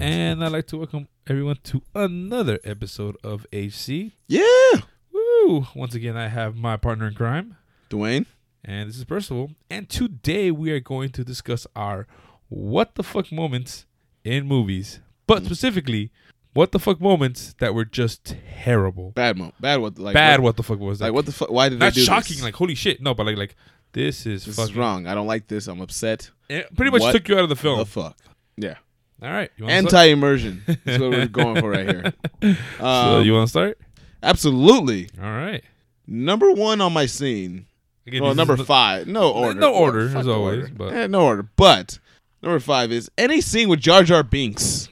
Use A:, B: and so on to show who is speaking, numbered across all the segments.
A: And I'd like to welcome everyone to another episode of HC.
B: Yeah.
A: Woo! Once again, I have my partner in crime,
B: Dwayne.
A: and this is Percival. And today we are going to discuss our what the fuck moments in movies, but specifically, what the fuck moments that were just terrible.
B: Bad mo. Bad what? Like,
A: Bad
B: What,
A: what the fuck was that?
B: like what the fuck? Why did
A: Not
B: they do
A: shocking,
B: this?
A: like holy shit. No, but like like this is
B: this is
A: fucking
B: wrong. I don't like this. I'm upset.
A: It pretty much
B: What
A: took you out of the film.
B: The fuck. Yeah.
A: All right. You wanna start?
B: Anti-immersion. That's what we're going for right here.
A: So
B: Um,
A: you want to start?
B: absolutely.
A: All right.
B: Number one on my scene.
A: Again,
B: well,
A: this
B: number
A: is the-
B: five. No order.
A: no order,
B: Fuck
A: as
B: the
A: always,
B: order.
A: but-
B: Eh, no order. But number five is any scene with Jar Jar Binks.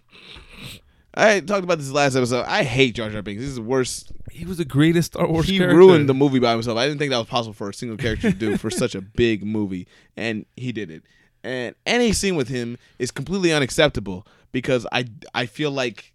B: I talked about this last episode. I hate Jar Jar Binks. This is the worst
A: He was the greatest Star Wars
B: he
A: character.
B: ruined the movie by himself. I didn't think that was possible for a single character to do for such a big movie, and he did it. And any scene with him is completely unacceptable because I I feel like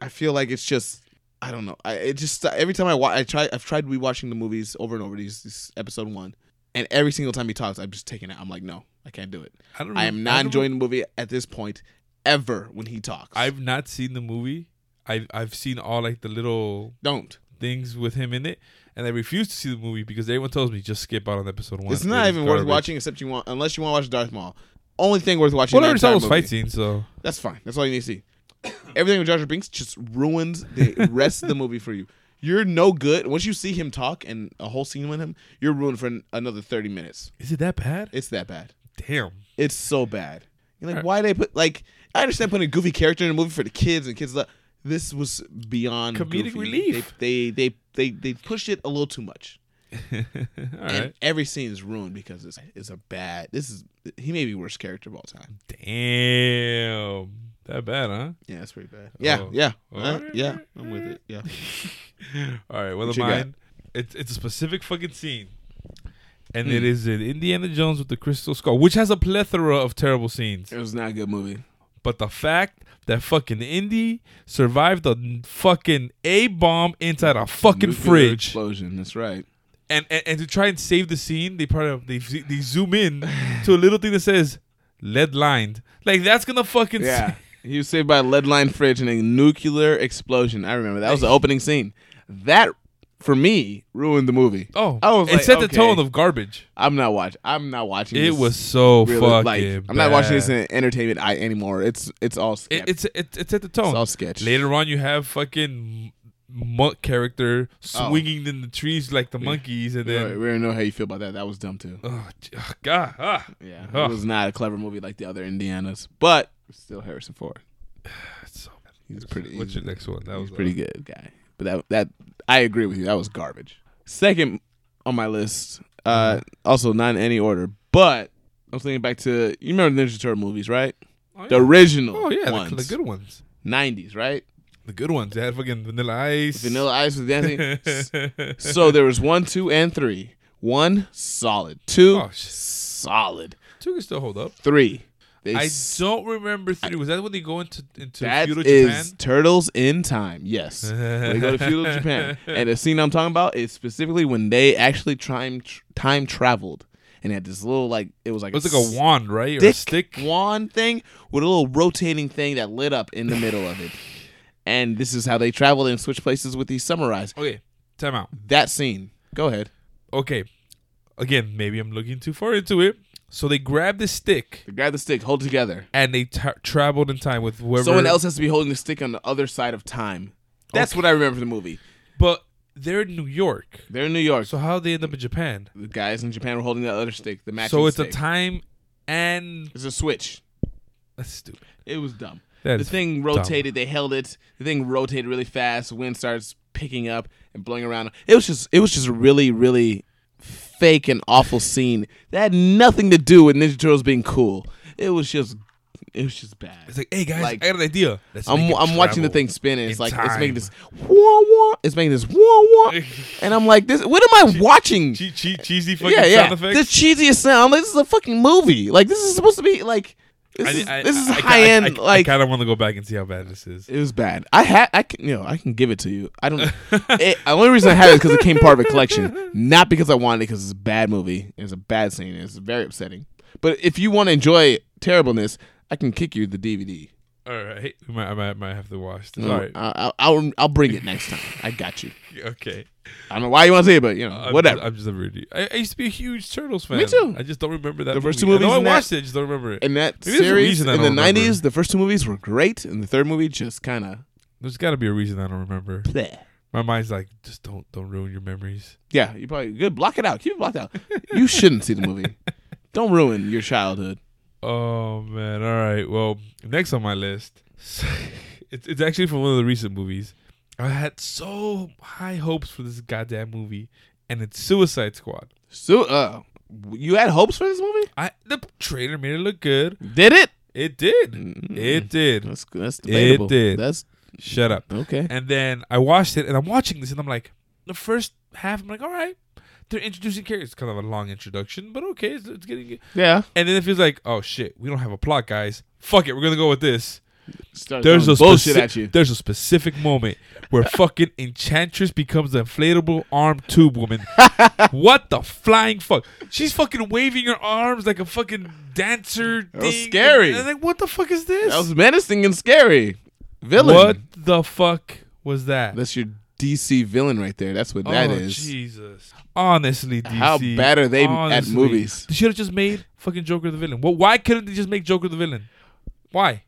B: I feel like it's just I don't know. I it just every time I watch I try I've tried rewatching the movies over and over. These this is episode one, and every single time he talks, I'm just taking it. I'm like, no, I can't do it.
A: I, don't
B: I
A: remem-
B: am
A: I
B: not
A: don't
B: enjoying the movie at this point ever when he talks. I
A: I've not seen the movie. I've I've seen all like the little
B: don't.
A: things with him in it, and I refuse to see the movie because everyone tells me just skip out on episode one.
B: It's not
A: It is
B: even worth
A: garbage.
B: watching except you want unless you want to watch Darth Maul. Only thing worth watching.
A: Well, I
B: the
A: already saw
B: entire
A: those fight
B: movie.
A: scenes, so
B: That's fine. That's all you need to see. Everything with Jar Jar Binks just ruins the rest of the movie for you. You're no good once you see him talk and a whole scene with him. You're ruined for an- another thirty minutes.
A: is it that bad?
B: It's that bad.
A: Damn.
B: It's so bad. You're like, why they put like? I understand putting a goofy character in a movie for the kids and kids love. This was beyond
A: Comedic
B: goofy.
A: relief.
B: They they, they they they pushed it a little too much.
A: all
B: and
A: right.
B: every scene is ruined because it's, it's a bad. This is he may be worst character of all time.
A: Damn. That bad, huh?
B: Yeah, that's pretty bad. Yeah,
A: Oh.
B: yeah,
A: All
B: Uh,
A: right.
B: yeah. I'm with it. Yeah,
A: All right, well,
B: What
A: of
B: you got?
A: mine, it's it's a specific fucking scene, and
B: Hmm.
A: it is in Indiana Jones with the Crystal Skull, which has a plethora of terrible scenes.
B: it was not a good movie.
A: But the fact that fucking Indy survived a n- fucking a bomb inside a fucking
B: Nuclear
A: fridge,
B: explosion. That's right.
A: and, and and to try and save the scene, they part of they z- they zoom in to a little thing that says lead lined. Like that's gonna fucking
B: Yeah, he was saved by a lead line fridge and a nuclear explosion. I remember that was the opening scene. That for me ruined the movie.
A: Oh,
B: I was
A: it
B: like,
A: set the
B: okay.
A: tone of garbage.
B: I'm not watching. I'm not watching.
A: It
B: this
A: was so
B: really-
A: fucking.
B: like I'm not watching this
A: bad.
B: in entertainment eye anymore. It's it's all sketch.
A: It, it's it, it's at the
B: it's
A: tone.
B: all sketch.
A: Later on, you have fucking monk character
B: Oh.
A: swinging in the trees like the monkeys, and
B: we
A: then
B: already we already know how you feel about that. That was dumb too.
A: oh, j- oh, god, ah.
B: Yeah,
A: Ugh.
B: it was not a clever movie like the other Indianas, but still Harrison Ford.
A: That's so bad.
B: He's pretty.
A: What's your
B: He's,
A: next one? That was uh,
B: he's pretty good guy. But that that I agree with you. That was garbage. Second on my list. Uh,
A: Mm-hmm.
B: also not in any order, but I was thinking back to you remember the Ninja Turtle movies, right?
A: Oh,
B: The
A: yeah,
B: original
A: Oh, yeah, the-
B: ones,
A: the, good ones.
B: nineties, right?
A: The good ones. They had fucking Vanilla Ice.
B: Vanilla Ice was dancing. S- so there was one, two, and three. One solid, two
A: Oh, shit.
B: solid,
A: Two can still hold up.
B: three. They
A: I don't remember three. Was that when they go into into
B: That is
A: feudal Japan?
B: Turtles in Time. Yes, they go to feudal Japan, and the scene I'm talking about is specifically when they actually time time traveled and had this little like it was like
A: It was like a wand, right? Or a
B: stick,
A: stick.
B: wand thing with a little rotating thing that lit up in the middle of it. And this is how they traveled and switched places with these samurais.
A: Okay, time out.
B: That scene. Go ahead.
A: Okay, again, maybe I'm looking too far into it. So they grab this stick.
B: They grab the stick, hold it together.
A: and they tra- traveled in time with whoever.
B: Someone else has to be holding the stick on the other side of time. That's
A: Okay.
B: what I remember from the movie.
A: But they're in New York,
B: They're in New York.
A: so how they end up in Japan?
B: the guys in Japan were holding the other stick, the matching
A: so it's
B: stick.
A: a time and
B: It's a switch.
A: that's stupid.
B: It was dumb.
A: That
B: the
A: is
B: thing
A: dumb.
B: rotated. They held it. The thing rotated really fast. Wind starts picking up and blowing around. It was just. It was just a really, really fake and awful scene that had nothing to do with Ninja Turtles being cool. It was just. It was just bad.
A: It's like, hey guys,
B: Like,
A: I got an idea. Let's
B: I'm,
A: make it
B: I'm watching the
A: travel.
B: thing spin and it's
A: in
B: like it's
A: time.
B: making this wah wah. It's making this wah wah, and I'm like, this. What am I watching?
A: Che- che- cheesy fucking
B: Yeah, yeah.
A: sound effects.
B: This cheesiest sound. I'm like, this is a fucking movie. Like this is supposed to be like this
A: I-
B: is
A: I-
B: this is
A: I- I-
B: high end.
A: I- I-
B: like
A: I kind of want to go back and see how bad this is.
B: it was bad. I had I can you know I can give it to you. I don't. it, the only reason I had it is because it came part of a collection, not because I wanted it. Because it's a bad movie. It's a bad scene. It's very upsetting. But if you want to enjoy terribleness, I can kick you the DVD.
A: All right, we might, I might, might have to watch this.
B: No,
A: All right,
B: I, I, will I'll bring it next time. I got you.
A: okay.
B: I don't know why you want to say it, but you know,
A: I'm
B: whatever.
A: Just, I'm just a really. I, I used to be a huge Turtles fan.
B: Me too.
A: I just don't remember that.
B: The first
A: movie.
B: two
A: I know
B: movies
A: I
B: and that-
A: watched it. I just don't remember it.
B: in that
A: Maybe there's a
B: series in
A: reason
B: the
A: I don't remember.
B: 90s, the first two movies were great, and the third movie just kind of
A: There's got to be a reason I don't remember.
B: bleh.
A: My mind's like, just don't, don't ruin your memories.
B: Yeah, you probably good. Block it out. Keep it blocked out. you shouldn't see the movie. Don't ruin your childhood.
A: Oh man. All right. Well, next on my list, it's it's actually from one of the recent movies. I had so high hopes for this goddamn movie, and it's Suicide Squad.
B: So, uh, you had hopes for this movie?
A: I the trailer made it look good.
B: Did it?
A: It did.
B: Mm.
A: It did.
B: That's that's debatable.
A: did.
B: That's
A: Shut up.
B: okay.
A: And then I watched it, and I'm watching this, and I'm like, the first half, I'm like, all right, they're introducing characters. It's kind of a long introduction, but okay, it's, it's getting.
B: Yeah.
A: And then it feels like, oh shit, we don't have a plot, guys. Fuck it, we're gonna go with this.
B: Start
A: There's
B: throwing
A: a
B: bullshit
A: speci-
B: at you.
A: There's a specific moment where fucking Enchantress becomes the inflatable arm tube woman. what the flying fuck? She's fucking waving her arms like a fucking dancer.
B: That was
A: thing.
B: scary.
A: And I'm like, what the fuck is this?
B: That was menacing and scary. Villain.
A: what the fuck was that?
B: That's your DC villain right there. That's what that
A: oh,
B: is.
A: Jesus. Honestly, DC.
B: How bad are they at movies?
A: They should have just made fucking Joker the villain. Well, why couldn't they just make Joker the villain? Why?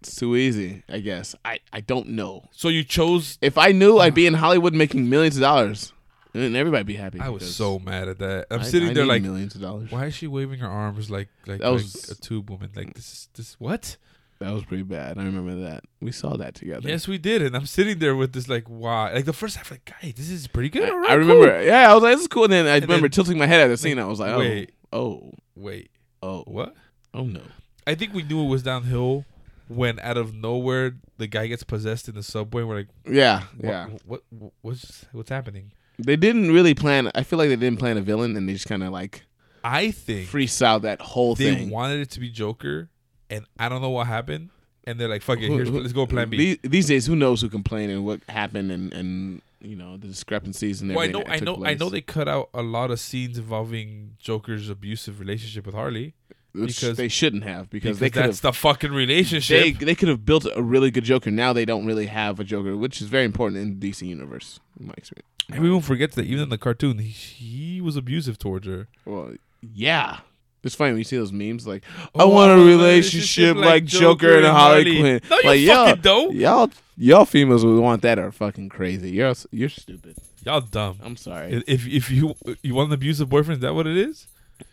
B: It's too easy, I guess. I, I don't know.
A: So you chose.
B: If I knew, I'd be in Hollywood making millions of dollars, and everybody'd be happy.
A: I was
B: because
A: so mad at that. I'm
B: I-
A: sitting
B: I
A: there
B: need
A: like,
B: millions of dollars.
A: Why is she waving her arms like like,
B: That
A: like
B: was-
A: a tube woman? Like this is this what?
B: That was pretty bad. I remember that. We saw that together.
A: Yes, we did, and I'm sitting there with this like why? Like the first half, like guy, this is pretty good.
B: I,
A: all right,
B: I
A: cool."
B: remember. Yeah, I was like, "This is cool." And then I
A: And
B: remember
A: then-
B: tilting my head at the scene. I was like, "Oh,
A: wait.
B: oh,
A: Wait,
B: oh,
A: what?
B: oh no!"
A: I think we knew it was downhill when out of nowhere the guy gets possessed in the subway. We're like,
B: Yeah,
A: what,
B: yeah.
A: what, what what's what's happening?
B: They didn't really plan. I feel like they didn't plan a villain, and they just kind of like
A: I think
B: freestyle that whole
A: they
B: thing.
A: wanted it to be Joker, and I don't know what happened. And they're like, fuck it,
B: Who-
A: here's,
B: who-
A: let's go Plan B.
B: These, these days, who knows who complained and what happened, and and you know the discrepancies and
A: Well, I
B: everything.
A: know,
B: that
A: I
B: took
A: know, I
B: place.
A: know. They cut out a lot of scenes involving Joker's abusive relationship with Harley.
B: Which
A: because-
B: they shouldn't have
A: because
B: because, they could
A: that's
B: have
A: the fucking relationship.
B: they, they could have built a really good Joker. Now they don't really have a Joker, which is very important in the DC universe. In my experience.
A: and everyone forgets that even in the cartoon, he, he was abusive towards her.
B: Well, yeah. It's funny when you see those memes like,
A: Oh,
B: I want a relationship like Joker and Harley Quinn.
A: No, you
B: Like, yeah.
A: fucking don't.
B: y'all y'all females who want that are fucking crazy. You're you're stupid.
A: Y'all dumb.
B: I'm sorry.
A: If if you you want an abusive boyfriend, is that what it is?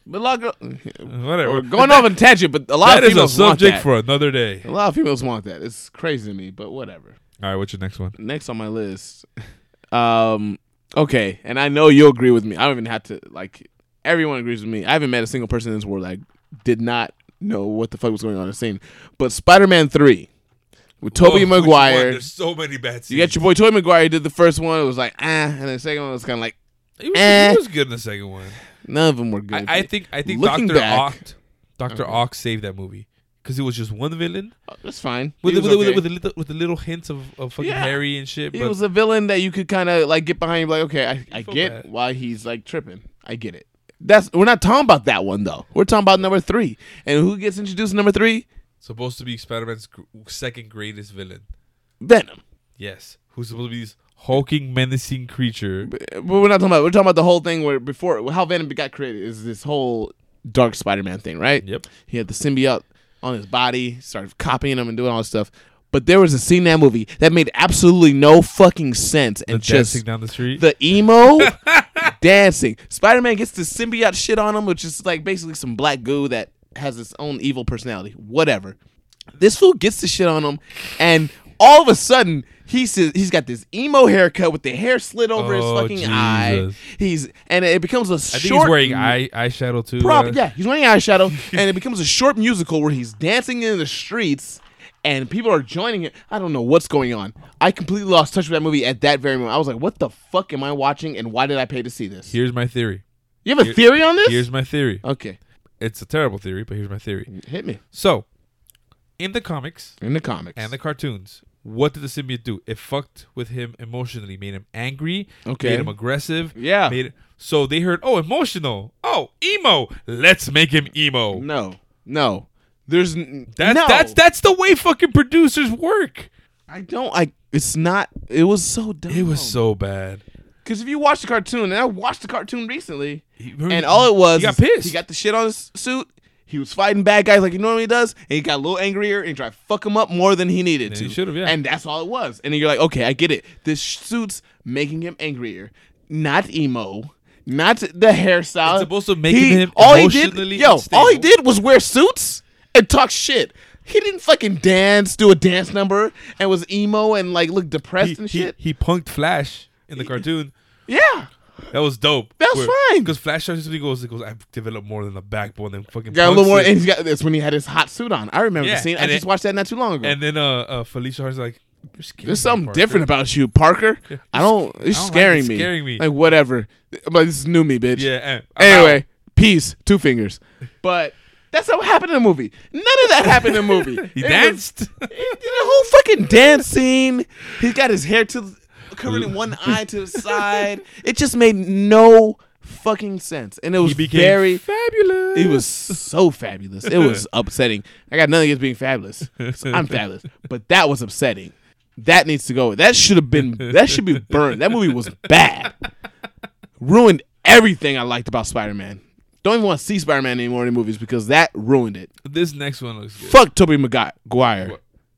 B: But a lot of,
A: Whatever.
B: we're going off on a tangent, but a lot
A: That
B: of
A: is a
B: females want
A: subject
B: that.
A: for another day.
B: a lot of females want that. It's crazy to me, but whatever.
A: All right, what's your next one?
B: Next on my list, um, okay, and I know you'll agree with me. I don't even have to like. Everyone agrees with me. I haven't met a single person in this world that did not know what the fuck was going on in the scene. But Spider-Man Three with Tobey
A: Oh, which one?
B: Maguire.
A: There's so many bad scenes.
B: You got your boy Tobey Maguire did the first one. It was like ah, and the second one was kind of like
A: He was,
B: Eh.
A: he was good in the second one.
B: none of them were good.
A: I, I think I think
B: Looking
A: Doctor
B: back-
A: Oct, Doctor Oct saved that movie because it was just one villain
B: Oh, that's fine.
A: with
B: he
A: the,
B: was
A: with, the- with, the-
B: okay.
A: with, the little, with the little hints of, of fucking
B: Yeah.
A: Harry and shit.
B: He
A: but
B: was a villain that you could kind of like get behind. Like okay, I, I
A: feel
B: get
A: bad.
B: why he's like tripping. I get it. That's we're not talking about that one though. We're talking about number three and who gets introduced in number three.
A: supposed to be Spider-Man's gr- second greatest villain.
B: Venom.
A: Yes, who's supposed to be this hulking, menacing creature.
B: But, but we're not talking about. We're talking about the whole thing where before how Venom got created is this whole Dark Spider-Man thing, right?
A: Yep.
B: He had the symbiote on his body, started copying him and doing all this stuff. But there was a scene in that movie that made absolutely no fucking sense and
A: The
B: just
A: dancing down the street.
B: the emo dancing. Spider Man gets the symbiote shit on him, which is like basically some black goo that has its own evil personality. Whatever. This fool gets the shit on him, and all of a sudden he says he's got this emo haircut with the hair slid over his
A: Oh,
B: fucking eye.
A: Jesus.
B: He's and it becomes a
A: I
B: short.
A: think he's wearing eye eyeshadow too.
B: Prob-
A: uh,
B: yeah, he's wearing eyeshadow, and it becomes a short musical where he's dancing in the streets, and people are joining it. I don't know what's going on. I completely lost touch with that movie at that very moment. I was like, "What the fuck am I watching? And why did I pay to see this?"
A: Here's my theory.
B: You have a
A: here-
B: theory on this?
A: Here's my theory.
B: okay,
A: It's a terrible theory, but here's my theory.
B: hit me
A: So, in the comics
B: in the comics.
A: and the cartoons, what did the symbiote do? It fucked with him emotionally, made him angry,
B: Okay.
A: made him aggressive.
B: Yeah.
A: Made so they heard, oh, emotional. Oh, emo. Let's make him emo.
B: no, no. There's n-
A: That's
B: no.
A: that's that's the way fucking producers work.
B: I don't. I. It's not. It was so dumb.
A: It was so bad.
B: Because if you watch the cartoon, and I watched the cartoon recently,
A: He- remember-
B: and all it was,
A: he got
B: is
A: pissed.
B: He got the shit on his suit. He was fighting bad guys like he normally does, and he got a little angrier and he tried to fuck him up more than he needed
A: Than
B: to.
A: he should've, yeah.
B: And that's all it was. And then you're like, okay, I get it. This suit's making him angrier, not emo, not the hairstyle.
A: It's supposed to make him emotionally
B: He did, yo, all he
A: unstable.
B: did was wear suits and talk shit. He didn't fucking dance, do a dance number, and was emo and like looked depressed
A: he,
B: and
A: he,
B: shit.
A: he punked Flash in the cartoon.
B: yeah.
A: That was dope.
B: That's fine.
A: Because Flash starts he goes, he goes, I've developed more than a backbone than fucking.
B: Got a little
A: punks
B: more,
A: it."
B: and he's got that's when he had his hot suit on. I remember
A: Yeah,
B: the scene. I
A: and
B: just
A: it-
B: watched that not too long ago.
A: And then uh, uh Felicia Hart's like, You're scaring
B: There's
A: me,
B: something
A: Parker."
B: different about you, Parker. I don't. It's
A: like
B: scaring
A: it
B: me.
A: scaring me.
B: Like whatever. But this is new me, bitch.
A: Yeah. And I'm
B: Anyway, peace. Two fingers. But that's not what happened in the movie. None of that happened in the movie.
A: out. he
B: It was-
A: danced.
B: the whole fucking dance scene. He's got his hair to covered in one eye to the side. It just made no fucking sense, and it was
A: he became
B: very
A: fabulous.
B: it was so fabulous. It was upsetting. I got nothing against being fabulous. I'm fabulous, but that was upsetting. That needs to go. That should have been. That should be burned. That movie was bad. Ruined everything I liked about Spider-Man. Don't even want to see Spider-Man anymore in the movies because that ruined it.
A: This next one looks good.
B: Fuck Tobey Maguire.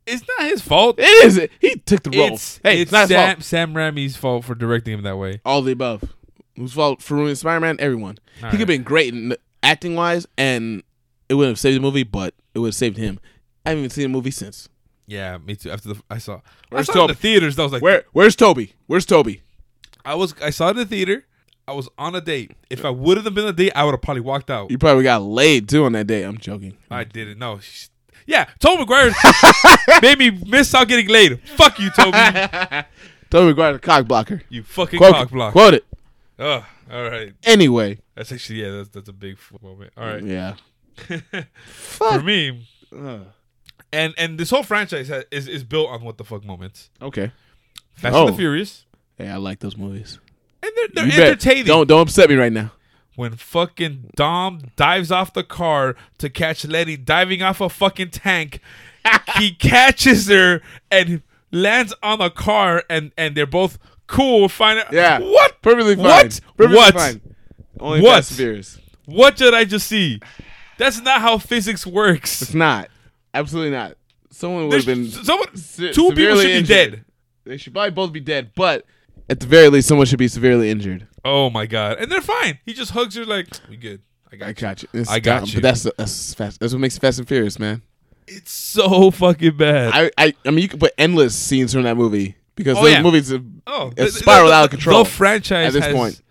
A: It's not his fault.
B: It is. He took the role.
A: It's,
B: hey,
A: it's
B: it's not his
A: Sam,
B: fault.
A: Sam Raimi's fault for directing him that way.
B: All the above. Whose fault for ruining Spider-Man? Everyone.
A: All
B: he could
A: right.
B: have been great in acting wise, and it would have saved the movie, but it would have saved him. I haven't even seen the movie since.
A: Yeah, me too. After the I saw,
B: Where's
A: I saw it in
B: Toby?
A: the theaters. I was like,
B: Where Where's Toby? Where's Toby?
A: I was I saw it in the theater. I was on a date. If I would have been on a date, I would have probably walked out.
B: You probably got laid too on that day. I'm joking.
A: I didn't. No. sh- Yeah, Toby McGuire made me miss out getting laid. Fuck you, Toby.
B: Toby McGuire, the cock blocker.
A: You fucking
B: Quote,
A: cock block.
B: quote it.
A: Ugh, all right.
B: Anyway,
A: That's actually yeah. That's that's a big f- moment. All right.
B: yeah.
A: For
B: Mm. Fuck.
A: me,
B: Ugh.
A: and and this whole franchise ha- is is built on what the fuck moments.
B: okay.
A: Fast
B: Oh.
A: and the Furious,
B: Hey, I like those movies.
A: and they're
B: You
A: they're
B: bet.
A: entertaining.
B: Don't don't upset me right now.
A: When fucking Dom dives off the car to catch Letty diving off a fucking tank, he catches her and lands on the car, and and they're both cool. Find out
B: Yeah.
A: what
B: Perfectly fine.
A: What?
B: Perfectly
A: What?
B: Fine. Only
A: What?
B: Fast and Furious.
A: what did I just see? That's not how physics works.
B: It's not. Absolutely not. Someone would
A: There's
B: have been.
A: someone,
B: se-
A: two people
B: severely
A: should be
B: injured.
A: dead.
B: They should probably both be dead, but at the very least, someone should be severely injured.
A: Oh my god! And they're fine. He just hugs her like we good. I got.
B: I
A: You.
B: got you. It's
A: I got
B: dumb,
A: you.
B: But that's that's fast. That's what makes it Fast and Furious, man.
A: It's so fucking bad.
B: I I, I mean, you could put endless scenes from that movie because
A: Oh,
B: those
A: yeah.
B: movies. Are,
A: oh,
B: it's spiraled out of control
A: The franchise
B: at this
A: has-
B: point.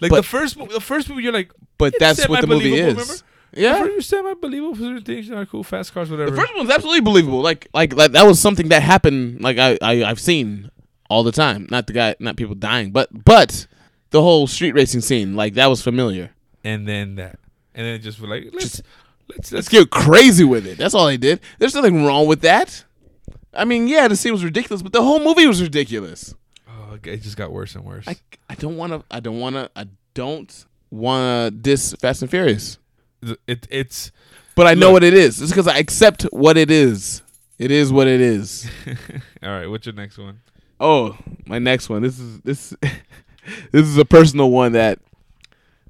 A: Like
B: But-
A: the first, mo- the first movie, you're like,
B: but
A: It's
B: that's what the movie is.
A: semi-believable, remember?
B: Yeah.
A: you semi-believable certain things are cool, fast cars, whatever.
B: The first one's absolutely believable. Like, like, like that was something that happened. Like, I, I, I've seen all the time. Not the guy, not people dying, but, but the whole street racing scene, like that was familiar.
A: and then that, and then just were like, let's, let's,
B: Let's
A: let's,
B: get crazy with it. That's all they did. There's nothing wrong with that. I mean, yeah, the scene was ridiculous, but the whole movie was ridiculous.
A: oh, okay, it just got worse and worse.
B: I, I don't want to. I don't want to. I don't want to diss Fast and Furious,
A: it, it's
B: but I know
A: Look.
B: what it is. It's because I accept what it is. It is what it is.
A: all right. What's your next one?
B: Oh, my next one. This is this this is a personal one that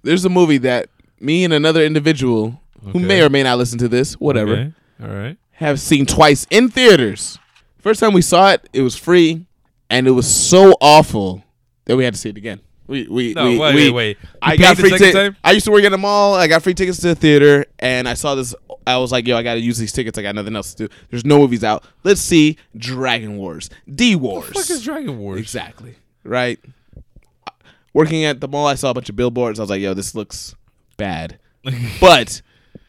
B: there's a movie that me and another individual who may
A: Okay.
B: or may not listen to this, whatever,
A: Okay, All right.
B: have seen twice in theaters. First time we saw it, it was free and it was so awful that we had to see it again. We we
A: No,
B: we,
A: wait,
B: we-
A: wait, wait. You
B: I
A: paid
B: got
A: the
B: free
A: second
B: tickets.
A: time?
B: I used to work at a mall. I got free tickets to the theater, and I saw this. I was like, "Yo, I gotta use these tickets. I got nothing else to do. There's no movies out. Let's see Dragon Wars, D Wars,
A: Fuck is Dragon Wars?
B: Exactly. Right. Working at the mall, I saw a bunch of billboards. I was like, yo, this looks bad. but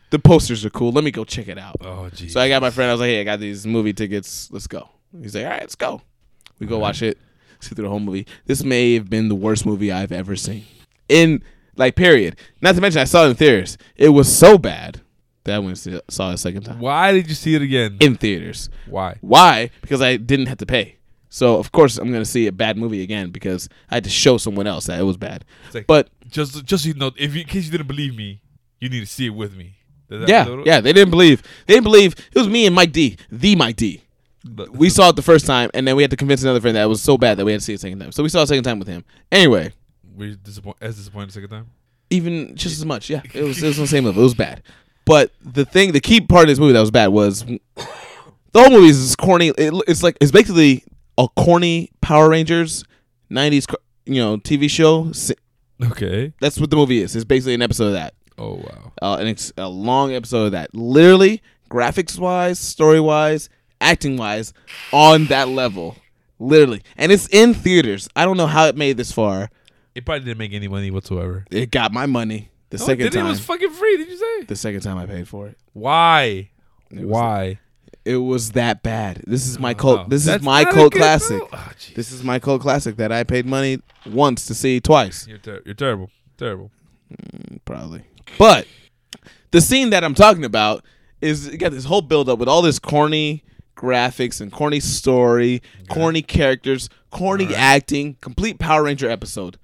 B: the posters are cool. Let me go check it out.
A: Oh jeez.
B: So I got my friend. I was like, hey, I got these movie tickets. Let's go. He's like, all right, let's go. We go watch it. See through the whole movie. This may have been the worst movie I've ever seen. In, like, period. Not to mention, I saw it in theaters. It was so bad that I went and saw it a second time.
A: Why did you see it again?
B: In theaters.
A: Why?
B: Why? Because I didn't have to pay. So of course I'm gonna see a bad movie again because I had to show someone else that it was bad.
A: It's like-
B: But
A: Just, just so you know, if you, in case you didn't believe me, you need to see it with me. Is that
B: Yeah,
A: literal?
B: yeah, they didn't believe. They didn't believe. It was me and Mike D, the Mike D.
A: But-
B: We saw it the first time, and then we had to convince another friend that it was so bad that we had to see it a second time. So we saw it a second time with him. Anyway,
A: Were you disappoint- as disappointed the second time?
B: even just as much, yeah, it was it was on the same level. It was bad. But the thing, the key part of this movie that was bad was the whole movie is just corny. It, it's like it's basically a corny Power Rangers '90s, co- you know, TV show. Si-
A: Okay.
B: That's what the movie is. It's basically an episode of that.
A: Oh wow.
B: uh, and it's a long episode of that. Literally, graphics wise, story wise, acting wise, on that level. Literally, and it's in theaters. I don't know how it made this far.
A: It probably didn't make any money whatsoever.
B: It got my money the
A: No, Oh, it
B: second
A: didn't.
B: time.
A: it was fucking free. Did you say?
B: the second time I paid for it,
A: Why?
B: was-
A: Why?
B: it was that bad. This is my
A: Oh,
B: cult. This is
A: that's
B: my
A: not a
B: cult
A: good
B: classic.
A: film. Oh, jeez.
B: This is my cult classic that I paid money once to see twice,
A: you're, ter- you're terrible. Terrible.
B: probably. But the scene that I'm talking about is you got this whole build up with all this corny graphics and corny story, corny characters, corny acting, complete Power Ranger episode.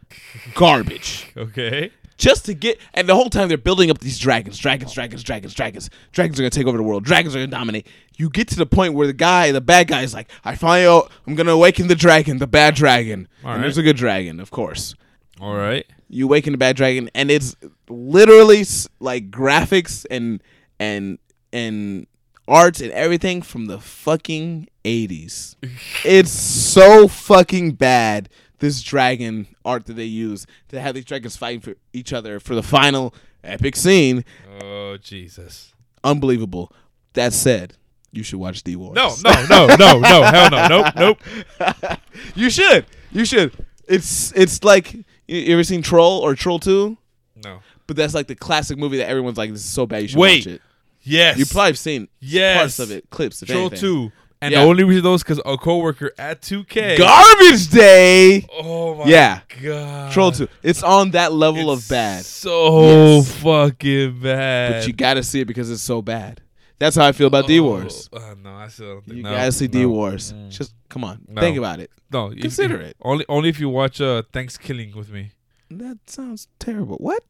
B: Garbage.
A: Okay.
B: Just to get and the whole time they're building up these dragons, dragons, dragons, dragons, dragons. Dragons are gonna take over the world. Dragons are gonna dominate. You get to the point where the guy, the bad guy, is like, "I finally, oh, I'm gonna awaken the dragon, the bad dragon."
A: All
B: and
A: right.
B: there's a good dragon, of course
A: All right.
B: you awaken the bad dragon and it's literally s- like graphics and and and art and everything from the fucking 80s it's so fucking bad this dragon art that they use to have these dragons fighting for each other for the final epic scene
A: Oh Jesus.
B: unbelievable that said you should watch d wars
A: No, no, no, no, no, hell no, nope, nope.
B: you should you should it's it's like you, you ever seen troll or troll 2
A: No.
B: But that's like the classic movie that everyone's like, this is so bad you should
A: Wait.
B: watch it.
A: Yes.
B: You probably have seen
A: yes.
B: parts of it, clips. If
A: Troll
B: anything.
A: two. And
B: Yeah.
A: the only reason those because a coworker at 2K.
B: Garbage Day.
A: Oh my
B: Yeah.
A: Oh, god.
B: Troll two. It's on that level
A: It's
B: of bad,
A: So
B: Yes.
A: fucking bad.
B: but you gotta see it because it's so bad. That's how I feel about D Wars.
A: Oh, uh, no, I still don't think
B: You
A: no,
B: gotta see
A: no,
B: D Wars.
A: Mm.
B: Just come on,
A: No.
B: think about it.
A: No, if-
B: Consider
A: if-
B: it.
A: Only only if you watch uh Thanksgiving with me.
B: That sounds terrible. What?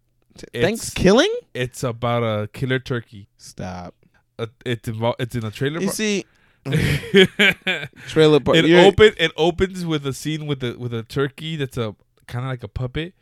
A: It's-
B: Thanks killing?
A: It's about a killer turkey.
B: Stop.
A: Uh, it's invo- it's in a trailer.
B: You
A: park.
B: see,
A: it
B: trailer park. you're-
A: open it opens with a scene with a with a turkey that's a kind of like a puppet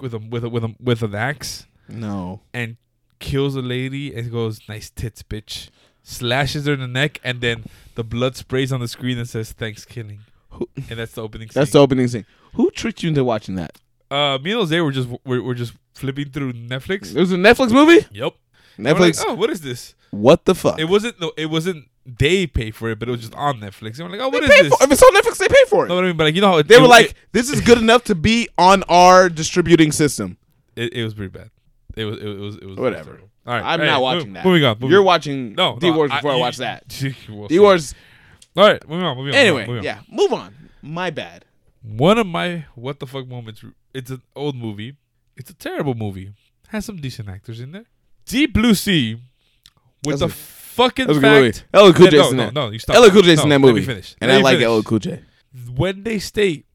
A: with a with a with a with an axe
B: No.
A: and kills a lady and goes nice tits bitch slashes her in the neck and then the blood sprays on the screen and says thanks killing
B: Who-
A: and that's the opening scene.
B: That's the opening scene. Who tricked you into watching that?
A: uh, me and Jose were just we're, were just flipping through Netflix.
B: It was a Netflix movie.
A: Yep. And we're like,
B: Netflix.
A: oh, what is this?
B: What the fuck?
A: It wasn't. No, it wasn't. They pay for it, but it was just on Netflix. And we're like, oh, what
B: they
A: is
B: pay
A: this?
B: for. If it's on Netflix, they pay for it.
A: know what I mean? But like, you know, how it,
B: They
A: it-
B: were like, "This is good enough to be on our distributing system."
A: it, it, it was pretty bad. It was. It was. It was.
B: Whatever.
A: terrible. All right.
B: I'm
A: hey,
B: not
A: move-
B: watching that.
A: Moving on. Moving
B: You're
A: on.
B: watching
A: no
B: D Wars before I,
A: you-
B: watch that.
A: We'll see.
B: D Wars.
A: All right. Moving on. Moving on.
B: Anyway,
A: moving on.
B: yeah, move on. My bad.
A: One of my what the fuck moments. It's an old movie. It's a terrible movie. Has some decent actors in there. Deep Blue Sea, with
B: That's
A: the
B: a-
A: fucking
B: That was a good
A: fact.
B: movie. LL Cool
A: Yeah,
B: J's in
A: no,
B: that.
A: no, no, you stop.
B: LL Cool J's
A: No,
B: in that
A: let me
B: movie.
A: finish.
B: And
A: Let
B: I
A: me
B: like
A: finish.
B: LL Cool J.
A: when they state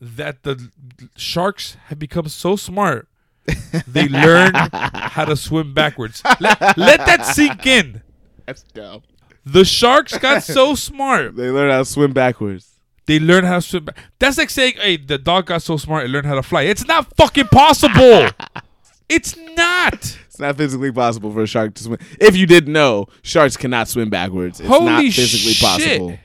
A: that the sharks have become so smart they learn how to swim backwards. Let, let that sink in.
B: That's dumb.
A: The sharks got so smart
B: They learn how to swim backwards.
A: they learn how to swim. Back. That's like saying, "Hey, the dog got so smart it learned how to fly." It's not fucking possible. it's not.
B: It's not physically possible for a shark to swim. If you didn't know, sharks cannot swim backwards. It's not
A: Holy
B: physically
A: shit.
B: possible.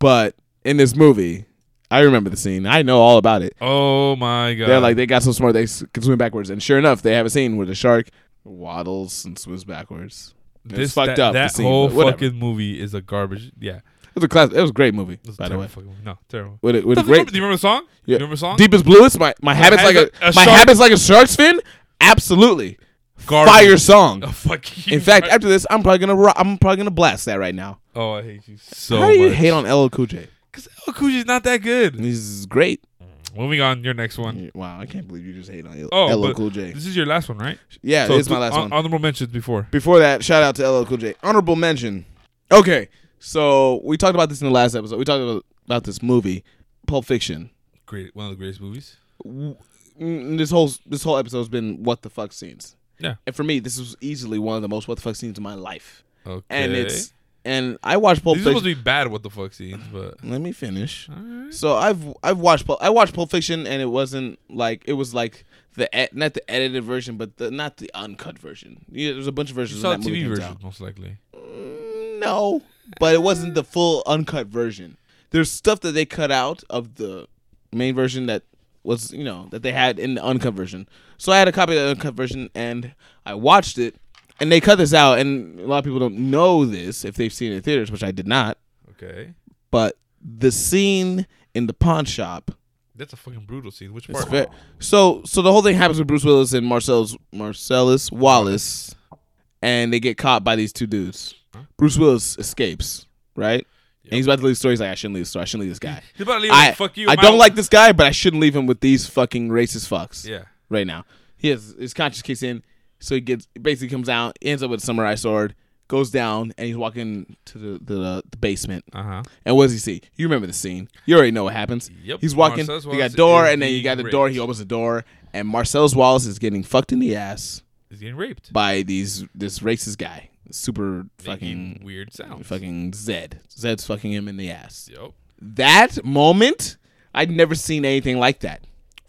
B: But in this movie, I remember the scene. I know all about it.
A: Oh my god.
B: They're like they got so smart they s- can swim backwards, and sure enough, they have a scene where the shark waddles and swims backwards. It's
A: this
B: fucked
A: that,
B: up,
A: That
B: the scene,
A: whole
B: but whatever.
A: fucking movie is a garbage. Yeah.
B: It was a class. It was a great movie,
A: It was a
B: by the
A: terrible
B: way.
A: fucking movie. No, terrible.
B: With a, with a
A: Do you,
B: great
A: remember, do you remember the song? Do
B: Yeah.
A: You remember the song?
B: deepest bluest. My my habits like
A: habits
B: a,
A: like a
B: my
A: shark-
B: habits like a shark's fin. Absolutely
A: Garbage. Oh,
B: fire song.
A: A fucking
B: In fact,
A: gar-
B: after this, I'm probably gonna ro- I'm probably gonna blast that right now.
A: oh, I hate you so
B: How do you
A: much.
B: hate on LL Cool J?
A: Because El Cool is not that good.
B: He's great.
A: Moving on, your next one.
B: Wow, I can't believe you just hate on L-
A: Oh,
B: LL
A: but
B: Cool J.
A: This is your last one, right?
B: Yeah, it's my
A: two
B: last
A: hon-
B: one.
A: Honorable mentions before.
B: Before that, shout out to LL Cool J. Honorable mention. Okay, so we talked about this in the last episode. We talked about, about this movie, Pulp Fiction.
A: Great, one of the greatest movies.
B: W- mm, This whole this whole episode's been what the fuck scenes.
A: Yeah.
B: And for me, this was easily one of the most what the fuck scenes in my life.
A: Okay.
B: And it's and I watched Pulp
A: these are supposed
B: Fiction.
A: to be bad what the fuck scenes, but
B: Let me finish.
A: alright.
B: So I've I've watched Pul- I watched Pulp Fiction and it wasn't like it was like the ed- not the edited version but the not the uncut version. Yeah, there's a bunch of
A: you
B: versions.
A: saw
B: when
A: the
B: that movie
A: TV
B: comes
A: version
B: out.
A: most likely.
B: Mm, No, but it wasn't the full uncut version. There's stuff that they cut out of the main version that was, you know, that they had in the uncut version. So I had a copy of the uncut version and I watched it. And they cut this out, and a lot of people don't know this if they've seen it in theaters, which I did not.
A: Okay,
B: But the scene in the pawn shop
A: that's a fucking brutal scene. Which
B: it's
A: part?
B: fair. So so the whole thing happens with Bruce Willis and Marcellus Marcellus Wallace, and they get caught by these two dudes.
A: Huh?
B: Bruce Willis escapes, right?
A: Yep.
B: And he's about to leave the store. He's like, I shouldn't leave the store. I shouldn't leave this guy.
A: He's about to leave.
B: I,
A: like, fuck you.
B: I
A: I'm
B: don't
A: out.
B: like this guy, but I shouldn't leave him with these fucking racist fucks
A: Yeah.
B: right now. He has his conscience kicks in, so he gets basically comes out, ends up with a samurai sword, goes down, and he's walking to the the, the basement.
A: Uh huh.
B: And what does he see? You remember the scene. You already know what happens.
A: Yep.
B: He's walking.
A: Marcellus
B: you got
A: Wallace
B: door,
A: is
B: and then you got the
A: being
B: door.
A: raped.
B: He opens the door, and Marcellus Wallace is getting fucked in the ass
A: He's getting raped.
B: by these this racist guy, super
A: Making
B: fucking
A: weird sounds.
B: fucking Zed. Zed's fucking him in the ass.
A: Yep.
B: That moment, I'd never seen anything like that.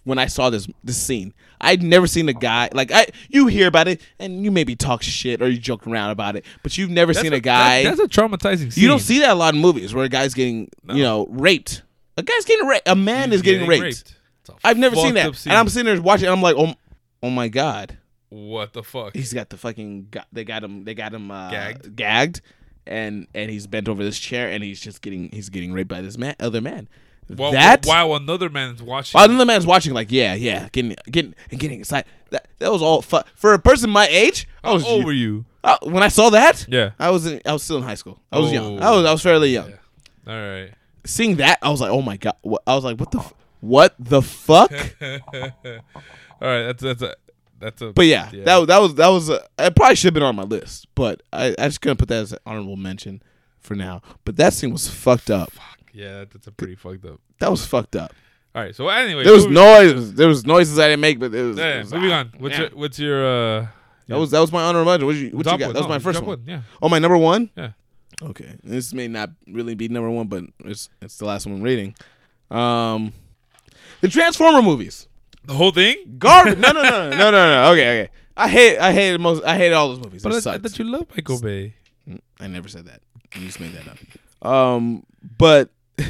B: When I saw this this scene, I'd never seen a guy like I. You hear about it, and you maybe talk shit or you joke around about it, but you've never seen a guy.
A: that's a traumatizing scene.
B: You don't see that a lot in movies where a guy's getting, you know, raped. A guy's getting raped. A man is getting, raped.
A: It's a
B: I've never seen
A: fucked
B: that.
A: up scene.
B: And I'm sitting there watching. And I'm like, oh, oh my god,
A: What the fuck?
B: he's got the fucking. Got, they got him. They got him uh,
A: Gagged.
B: gagged, and and he's bent over this chair, and he's just getting. He's getting raped by this man, other man.
A: While,
B: that
A: while another man's watching.
B: another man's watching, like, yeah, yeah, getting, getting, and getting excited. That that was all fu- for a person my age. I was
A: How old were you?
B: uh, when I saw that.
A: Yeah.
B: I was in, I was still in high school. I was young.
A: Oh.
B: I was I was fairly young.
A: All right.
B: seeing that, I was like, oh my god! What? I was like, what the, f- what the fuck?
A: All right. That's that's a that's a.
B: But yeah,
A: Yeah.
B: that that was that was. Uh, it probably should have been on my list, but I, I just couldn't put that as an honorable mention for now. But that scene was fucked up.
A: yeah. That's a pretty fucked up.
B: That was fucked up.
A: All right. So anyway,
B: There was
A: moving-
B: noise. There was noises I didn't make, but it was.
A: Yeah,
B: it was-
A: moving
B: ah,
A: on. What's
B: yeah.
A: your what's your uh?
B: That was that was my honorable mention. What you, what you
A: top
B: got?
A: one?
B: That was
A: No,
B: my first
A: top
B: one.
A: Yeah.
B: Oh, my number one.
A: Yeah.
B: Okay, this may not really be number one, but it's it's the last one I'm reading. Um, the Transformer movies.
A: The whole thing.
B: garbage. No, no, no, no, no, no, no. Okay, okay. I hate, I hated most, I hated all those movies. But
A: But I,
B: it
A: I
B: sucked.
A: thought you loved Michael Bay.
B: I never said that. You just made that up. Um, but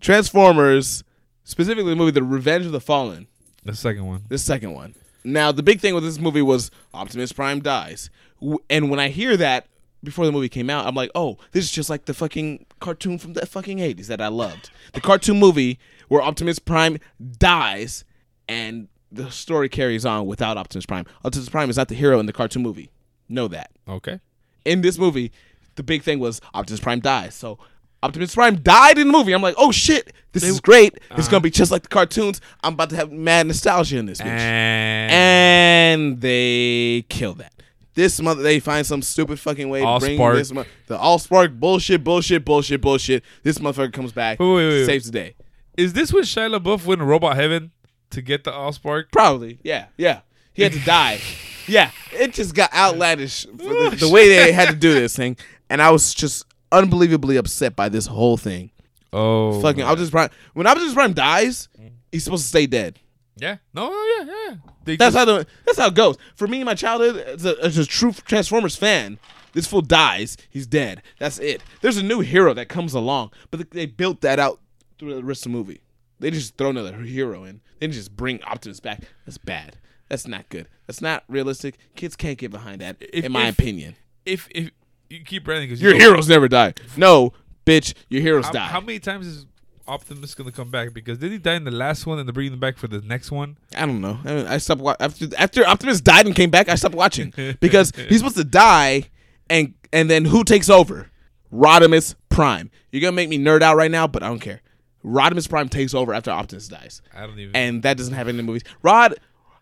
B: Transformers, specifically the movie The Revenge of the Fallen,
A: The second one.
B: the second one. Now the big thing with this movie was Optimus Prime dies, W- and when I hear that before the movie came out, I'm like, oh, this is just like the fucking cartoon from the fucking 80s that I loved. The cartoon movie where Optimus Prime dies and the story carries on without Optimus Prime. Optimus Prime is not the hero in the cartoon movie. Know that
A: Okay.
B: in this movie, the big thing was Optimus Prime dies. So Optimus Prime died in the movie. I'm like, oh shit, this is great. It's gonna be just like the cartoons. I'm about to have mad nostalgia in this bitch.
A: And,
B: And they kill that. This mother, they find some stupid fucking way to bring
A: Allspark.
B: this mo- the all spark bullshit, bullshit, bullshit, bullshit. This motherfucker comes back,
A: Wait, wait, wait.
B: saves the day.
A: is this when Shia LaBeouf went to Robot Heaven to get the Allspark?
B: Probably, yeah, yeah. He had to die. Yeah, it just got outlandish for the, the way they had to do this thing, and I was just unbelievably upset by this whole thing.
A: Oh.
B: Fucking
A: man.
B: Optimus Prime. When Optimus Prime dies, he's supposed to stay dead.
A: Yeah. No. no, Yeah. Yeah. They
B: That's
A: just-
B: how the, that's how it goes. For me, my childhood as a, as a true Transformers fan, this fool dies, he's dead. That's it. There's a new hero that comes along, but they built that out through the rest of the movie. They just throw another hero in. They didn't just bring Optimus back. That's bad. That's not good. That's not realistic. Kids can't get behind that,
A: If-
B: in my
A: if-
B: opinion.
A: if if you keep running because
B: Your heroes never die. No, bitch, your heroes
A: How,
B: die.
A: how many times is Optimus gonna come back? Because did he die in the last one and they're bringing him back for the next one?
B: I don't know. I, mean, I stopped wa- after after Optimus died and came back. I stopped watching because he's supposed to die, and and then who takes over? Rodimus Prime. You're gonna make me nerd out right now, but I don't care. Rodimus Prime takes over after Optimus dies,
A: I don't even.
B: and that doesn't happen in the movies. Rod,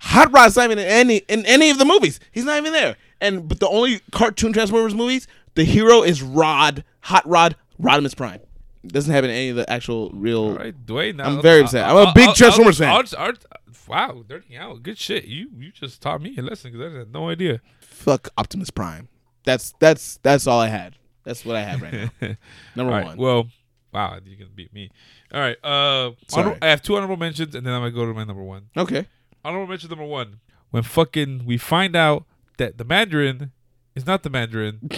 B: Hot Rod's not even in any in any of the movies. He's not even there. And but the only cartoon Transformers movies, the hero is Rod, Hot Rod, Rodimus Prime. Doesn't happen in any of the actual real.
A: All right, Dwayne.
B: I'm very upset. I'm a big Transformers fan.
A: I'll, I'll, Wow, dirty out. Good shit. You you just taught me a lesson because I had no idea.
B: Fuck Optimus Prime. That's that's that's all I had. That's what I have right now. Number
A: All right.
B: one.
A: Well, wow, you're gonna beat me. All right. Uh,
B: Sorry.
A: honor- I have two honorable mentions, and then I'm gonna go to my number one.
B: okay.
A: Honorable mention number one: when fucking we find out that the Mandarin is not the Mandarin,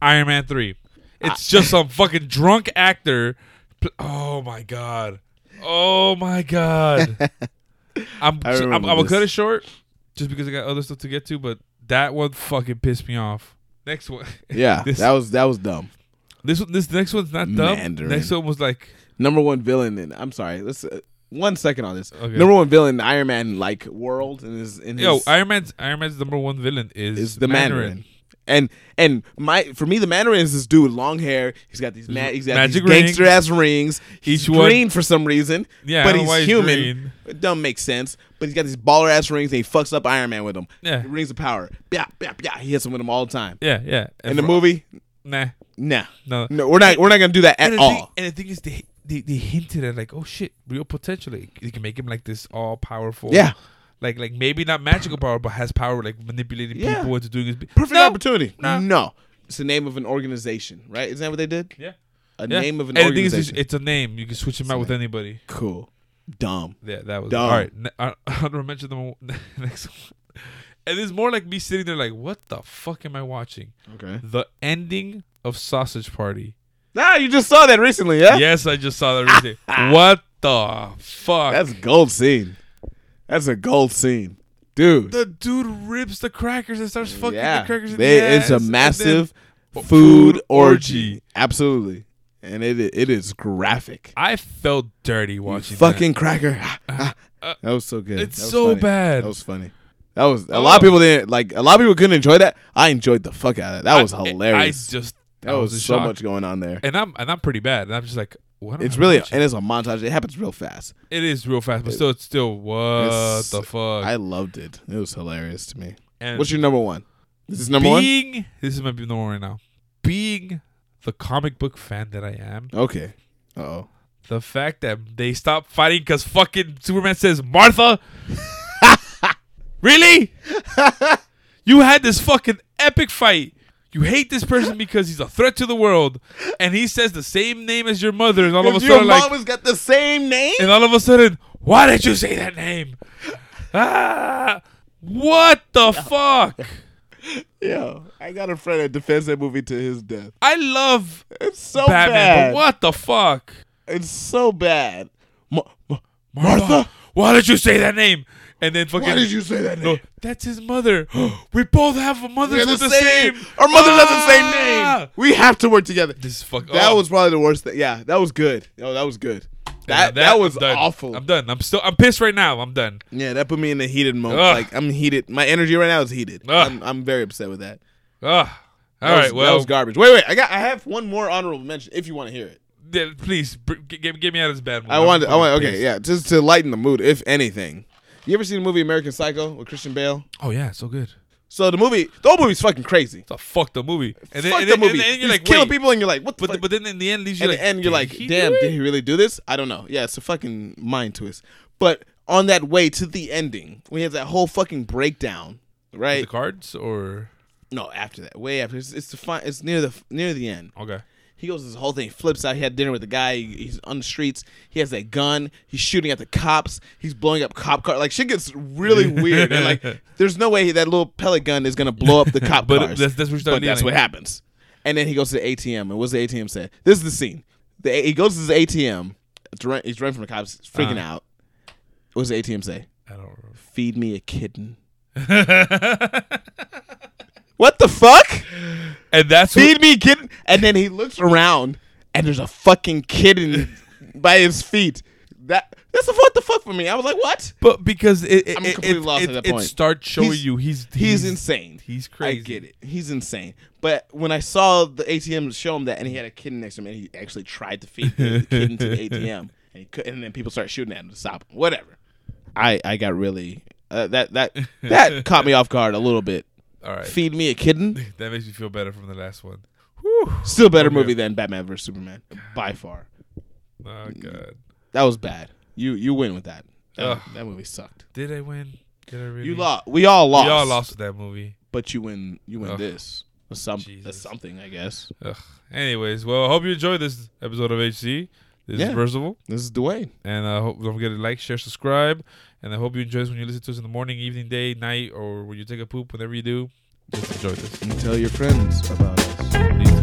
A: Iron Man three. It's just some fucking drunk actor. pl- Oh my god. Oh my god. I'm
B: I
A: I'm, I'm
B: remember
A: gonna cut it
B: this.
A: short, just because I got other stuff to get to. But that one fucking pissed me off. Next one.
B: Yeah.
A: This-
B: that was that was dumb.
A: This one, this next one's not dumb.
B: Mandarin.
A: Next one was like
B: Number one villain in I'm sorry. Let's uh, one second on this.
A: Okay.
B: Number one villain in Iron Man like world and his in his
A: Yo, Iron Man's Iron Man's number one villain is,
B: is the Mandarin. And and my for me the Mandarin is this dude long hair. He's got these ma- he's got
A: Magic
B: these gangster
A: rings.
B: ass rings. He's
A: Each one-
B: green for some reason.
A: Yeah, I
B: but
A: don't know
B: he's
A: why he's
B: human.
A: green.
B: It don't make sense. But he's got these baller ass rings and he fucks up Iron Man with them.
A: Yeah.
B: rings of power. Yeah, yeah, yeah. He hits him with them all the time.
A: Yeah, yeah.
B: In
A: And
B: the movie,
A: nah,
B: nah,
A: no.
B: no, we're not we're not gonna do that at
A: and the
B: all.
A: Thing, and the thing is, they, they they hinted at like, oh shit, real potential. Like, they can make him like this all powerful.
B: Yeah.
A: Like like maybe not magical power, but has power like manipulating
B: Yeah.
A: people into doing his. b-
B: Perfect
A: No.
B: opportunity.
A: Nah.
B: No, it's the name of an organization, right? Isn't that what they did?
A: Yeah.
B: A
A: yeah.
B: name of an
A: and the thing is,
B: organization.
A: it's, it's a name. You can switch him out with anybody.
B: cool, dumb.
A: Yeah, that was
B: Dumb.
A: all right. ne- I, I don't mention the mo- next one. And it's more like me sitting there like, what the fuck am I watching?
B: Okay.
A: The ending of Sausage Party.
B: Nah, you just saw that recently, yeah?
A: Yes, I just saw that recently. what the fuck?
B: That's a gold scene. That's a gold scene, dude.
A: the dude rips the crackers and starts fucking
B: yeah,
A: the crackers. In
B: They-
A: the
B: it's
A: ass,
B: a
A: and then-
B: massive
A: F-
B: food
A: food
B: orgy.
A: orgy.
B: Absolutely, and it i- it is graphic.
A: I felt dirty watching.
B: Fucking cracker. Ah, ah.
A: Uh,
B: that was so good.
A: that. it's
B: That was
A: so
B: funny.
A: bad. Oh.
B: That was funny. That was a lot of people didn't like. A lot of people couldn't enjoy that. I enjoyed the fuck out of it. That was
A: I- I-
B: hilarious.
A: I just
B: that
A: I
B: was,
A: in
B: so
A: shock.
B: much going on there.
A: and I'm and I'm pretty bad, and I'm just like, what? am
B: It's
A: I
B: really
A: watching?
B: and it's a montage. It happens real fast.
A: it is real fast, but still, it's still what
B: It's-
A: the fuck.
B: I loved it. It was hilarious to me.
A: and
B: What's your number one? This is number one.
A: being? This is my number one right now. Being the comic book fan that I am,
B: Okay. Uh oh.
A: the fact that they stopped fighting because fucking Superman says Martha. really? you had this fucking epic fight. You hate this person because he's a threat to the world, and he says the same name as your mother, and all of a
B: Your
A: sudden,
B: mom
A: like,
B: has got the same name.
A: and all of a sudden, why did you say that name? Ah, what the fuck?
B: Yo, I got a friend that defends that movie to his death.
A: I love
B: It's so
A: Batman,
B: bad.
A: but what the fuck?
B: It's so bad. Ma- ma-
A: Martha, why did you say that name? And then fucking
B: why did you say that name?
A: No, that's his mother. we both have a mother
B: They're
A: with the, same.
B: same. Our mother has the same
A: Ah!
B: name. We have to work together.
A: This is fuck.
B: That
A: oh,
B: was probably the worst thing. Yeah, that was good. Oh, that was good.
A: yeah,
B: That that
A: I'm
B: was
A: done.
B: awful.
A: I'm done. I'm still. I'm pissed right now. I'm done.
B: yeah, that put me in a heated mode.
A: Ugh.
B: Like I'm heated. My energy right now is heated.
A: Ugh.
B: I'm, I'm very upset with that.
A: Ugh.
B: That
A: Ah. All
B: was-
A: right.
B: that
A: Well,
B: was garbage. Wait, wait. I got. I have one more honorable mention. If you want to hear it,
A: then please br- g- get, get me out of this bad mood.
B: I
A: I'm
B: want. I want.
A: fucking
B: Okay,
A: pissed.
B: yeah. Just to lighten the mood, if anything. You ever seen the movie American Psycho with Christian Bale?
A: Oh yeah. So good.
B: So the movie, the whole movie's fucking crazy.
A: So fuck the movie. And then,
B: Fuck
A: and
B: the
A: then,
B: movie.
A: And then you're
B: He's
A: like
B: killing
A: wait,
B: people, and you're like, what? The
A: But
B: fuck?
A: th- but then in the end, leaves you
B: at
A: like.
B: the end, you're
A: did
B: like,
A: he do
B: damn,
A: it?"
B: did he really do this? I don't know. Yeah, it's a fucking mind twist. But on that way to the ending, we have that whole fucking breakdown,
A: the
B: right?
A: cards or
B: No, after that, way after it's, it's the fun. It's near the near the end.
A: okay.
B: He goes this whole thing. He flips out. He had dinner with the guy. He- he's on the streets. He has that gun. He's shooting at the cops. He's blowing up cop cars. Like shit gets really weird. And like, there's no way that little pellet gun is gonna blow up the cop
A: But
B: cars.
A: that's- that's what you start
B: But that's
A: dealing.
B: what happens. And then he goes to the ATM. And what's the ATM say? This is the scene. The, he goes to the ATM. It's run- He's running from the cops. He's freaking
A: Uh-huh.
B: out. What's the ATM say?
A: I don't
B: Feed me a kitten.
A: remember.
B: What the fuck?
A: and that's what,
B: feed me kitten and then he looks around and there's a fucking kitten by his feet that that's a what the fuck for me i was like what
A: but because it, it,
B: I'm
A: it,
B: completely
A: it-
B: lost at
A: it-
B: that
A: it
B: point.
A: starts showing
B: He's-
A: you he's
B: he's, insane
A: He's crazy.
B: i get it he's insane but when i saw the atm show him that and he had a kitten next to him and he actually tried to feed the kitten to the atm and he couldn't and then people started shooting at him to stop him whatever i i got really uh, that that that caught me off guard a little bit
A: All right.
B: feed me a kitten
A: That makes me feel better from the last one.
B: still better
A: Okay.
B: movie than batman vs superman by far
A: Oh god.
B: That was bad. You you win with that. That,
A: Ugh.
B: that movie sucked.
A: Did I win? Did I really?
B: You lost. We all lost.
A: We all lost with that movie.
B: But you win. You win
A: Ugh.
B: this. That's some,
A: Jesus.
B: that's something, I guess.
A: Anyways, well, I hope you enjoyed this episode of HC. This
B: Yeah.
A: is Percival.
B: This is Dwayne.
A: And I hope don't forget to like, share, subscribe. And I hope you enjoy this when you listen to us in the morning, evening, day, night, or when you take a poop, whenever you do. Just enjoy this.
B: And tell your friends about us.
A: Peace.